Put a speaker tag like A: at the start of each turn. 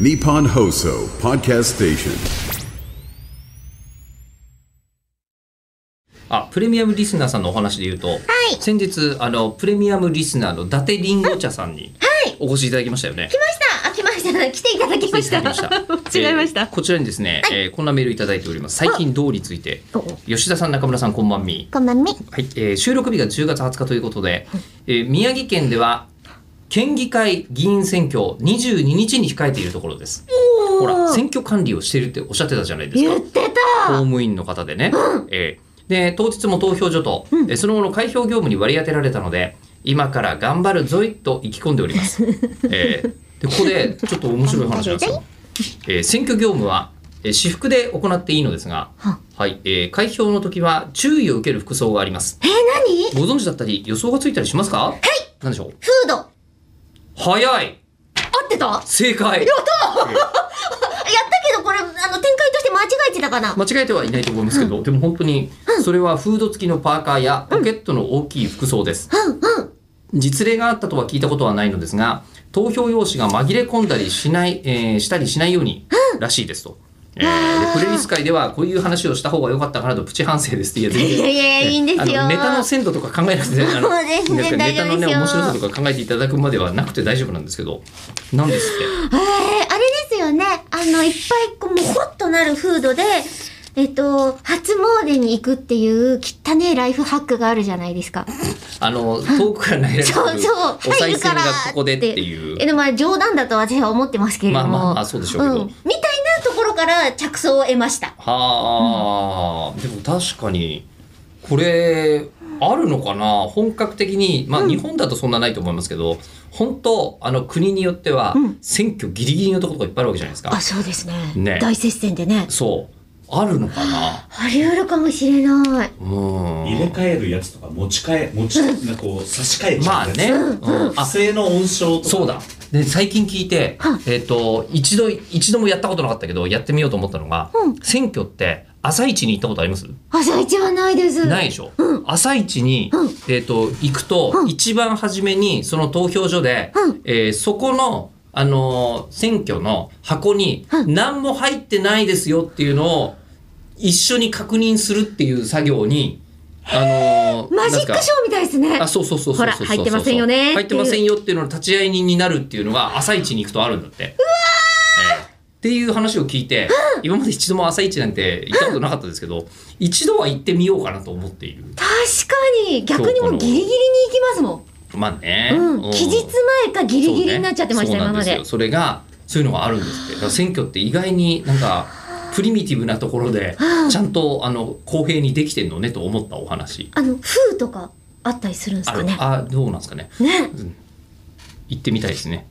A: Nippon Hoso Podcast Station.
B: あプレミアムリスナーさんのお話で言うと、
C: い
B: 先日あのプレミアムリスナーの伊達りんご茶さんに
C: はい
B: お越しいただきましたよね。
C: 来ました。あ、来ました。来ていただきました。
B: えー
C: 違いました。
B: こちらにですね、えーこんなメールいただいております。最近どうについて
C: お
B: 吉田さん中村さんこんばんみ。
C: こんばんみ。
B: はい、えー収録日が10月20日ということで、えー宮城県では県議会議員選挙を22日に控えているところです。ほら選挙管理をしているっておっしゃってたじゃないですか。
C: 言って
B: 公
C: た。
B: 務員の方でね、えーで当日も投票所と、えーその後の開票業務に割り当てられたので今から頑張るぞいと意気込んでおり ます、えーでここでちょっと面白い話なんですよ、えー選挙業務は、えー私服で行っていいのですが、はいえー開票の時は注意を受ける服装があります
C: えー、何フ
B: ご存知だったり予想がついたりしますかはい何でしょう
C: ード。合
B: 早い
C: ってたやった
B: 正解
C: けど、これ、あの、展開として間違えてたかな。
B: 間違えてはいないと思いますけど、でも本当にそれはフード付きのパーカーやポケットの大きい服装です、
C: うん、うん。
B: 実例があったとは聞いたことはないのですが投票用紙が紛れ込んだりしない、えーしたりしないようにらしいですと。えーでプレリス界ではこういう話をした方が良かったかなとプチ反省ですっていや全
C: いや
B: 然
C: いや、いいんですよ。
B: あのネタの鮮度とか考えなくてあの
C: そうですね
B: いいんけどネ
C: 大丈
B: タ
C: 夫
B: の
C: です
B: ね
C: よ
B: 面白さとか考えていただくまではなくて大丈夫なんですけどなんですっ
C: えー、あれですよね。あの、いっぱい、こう、もう、ホッとなるフードで、えっと、初詣に行くっていう、汚ねえライフハックがあるじゃないですか。
B: てあの遠くから投げられてくる
C: そうそう。
B: お賽銭がここでっていう
C: え、でもまあ冗談だと私は思ってますけれども。
B: まあまあまあそうでしょうけど
C: んみたいなところから着想を得ました。
B: はあ、でも確かにこれあるのかな本格的にまあ日本だとそんなないと思いますけど、本当あの国によっては選挙ギリギリのところがいっぱいあるわけじゃないですか、
C: あ、そうですね。
B: ね
C: 大接戦でね。
B: そうあるのかな
C: あり得るかもしれない。
B: うん
D: 入れ替えるやつとか持ち替え持ちなんかこう差し替えち
B: ま
D: ゃ
B: あ
D: うやつ
B: ね、うん
D: 不
B: あ
D: 正の温床とか
B: そうだで最近聞いて
C: は、
B: えっと一度一度もやったことなかったけどやってみようと思ったのが、
C: うん
B: 選挙って朝一に行ったことあります
C: 朝一はないです。
B: ないでしょ、朝一に、
C: うん
B: えー、と行くと、
C: うん
B: 一番初めにその投票所で、
C: うん
B: えーそこの、あのー選挙の箱に
C: うん
B: 何も入ってないですよっていうのを一緒に確認するっていう作業に、あのー
C: マジックショーみたいです ね。
B: あそうそうそうそうそう
C: ほら
B: そうそう
C: 入ってませんよねっていう
B: 入ってませんよっていうのの立ち会い人になるっていうのが朝一に行くとあるんだってええっていう話を聞いて、今まで一度も朝一なんて行ったことなかったですけど、一度は行ってみようかなと思っている
C: 確かに、逆にもうギリギリに行きますもん。
B: まあね、
C: うん。期日前かギリギリになっちゃってま
B: そ
C: した、
B: うね
C: 今
B: そうなん
C: まです
B: よ。それがそういうのがあるんですってだから選挙って意外になんかプリミティブなところで
C: うん
B: ちゃんとあの公平にできてんのねと思ったお話
C: あの、風とかあったりするんです
B: あ
C: か
B: る
C: ね。
B: あどうなんですかね
C: ね。
B: 行ってみたいですね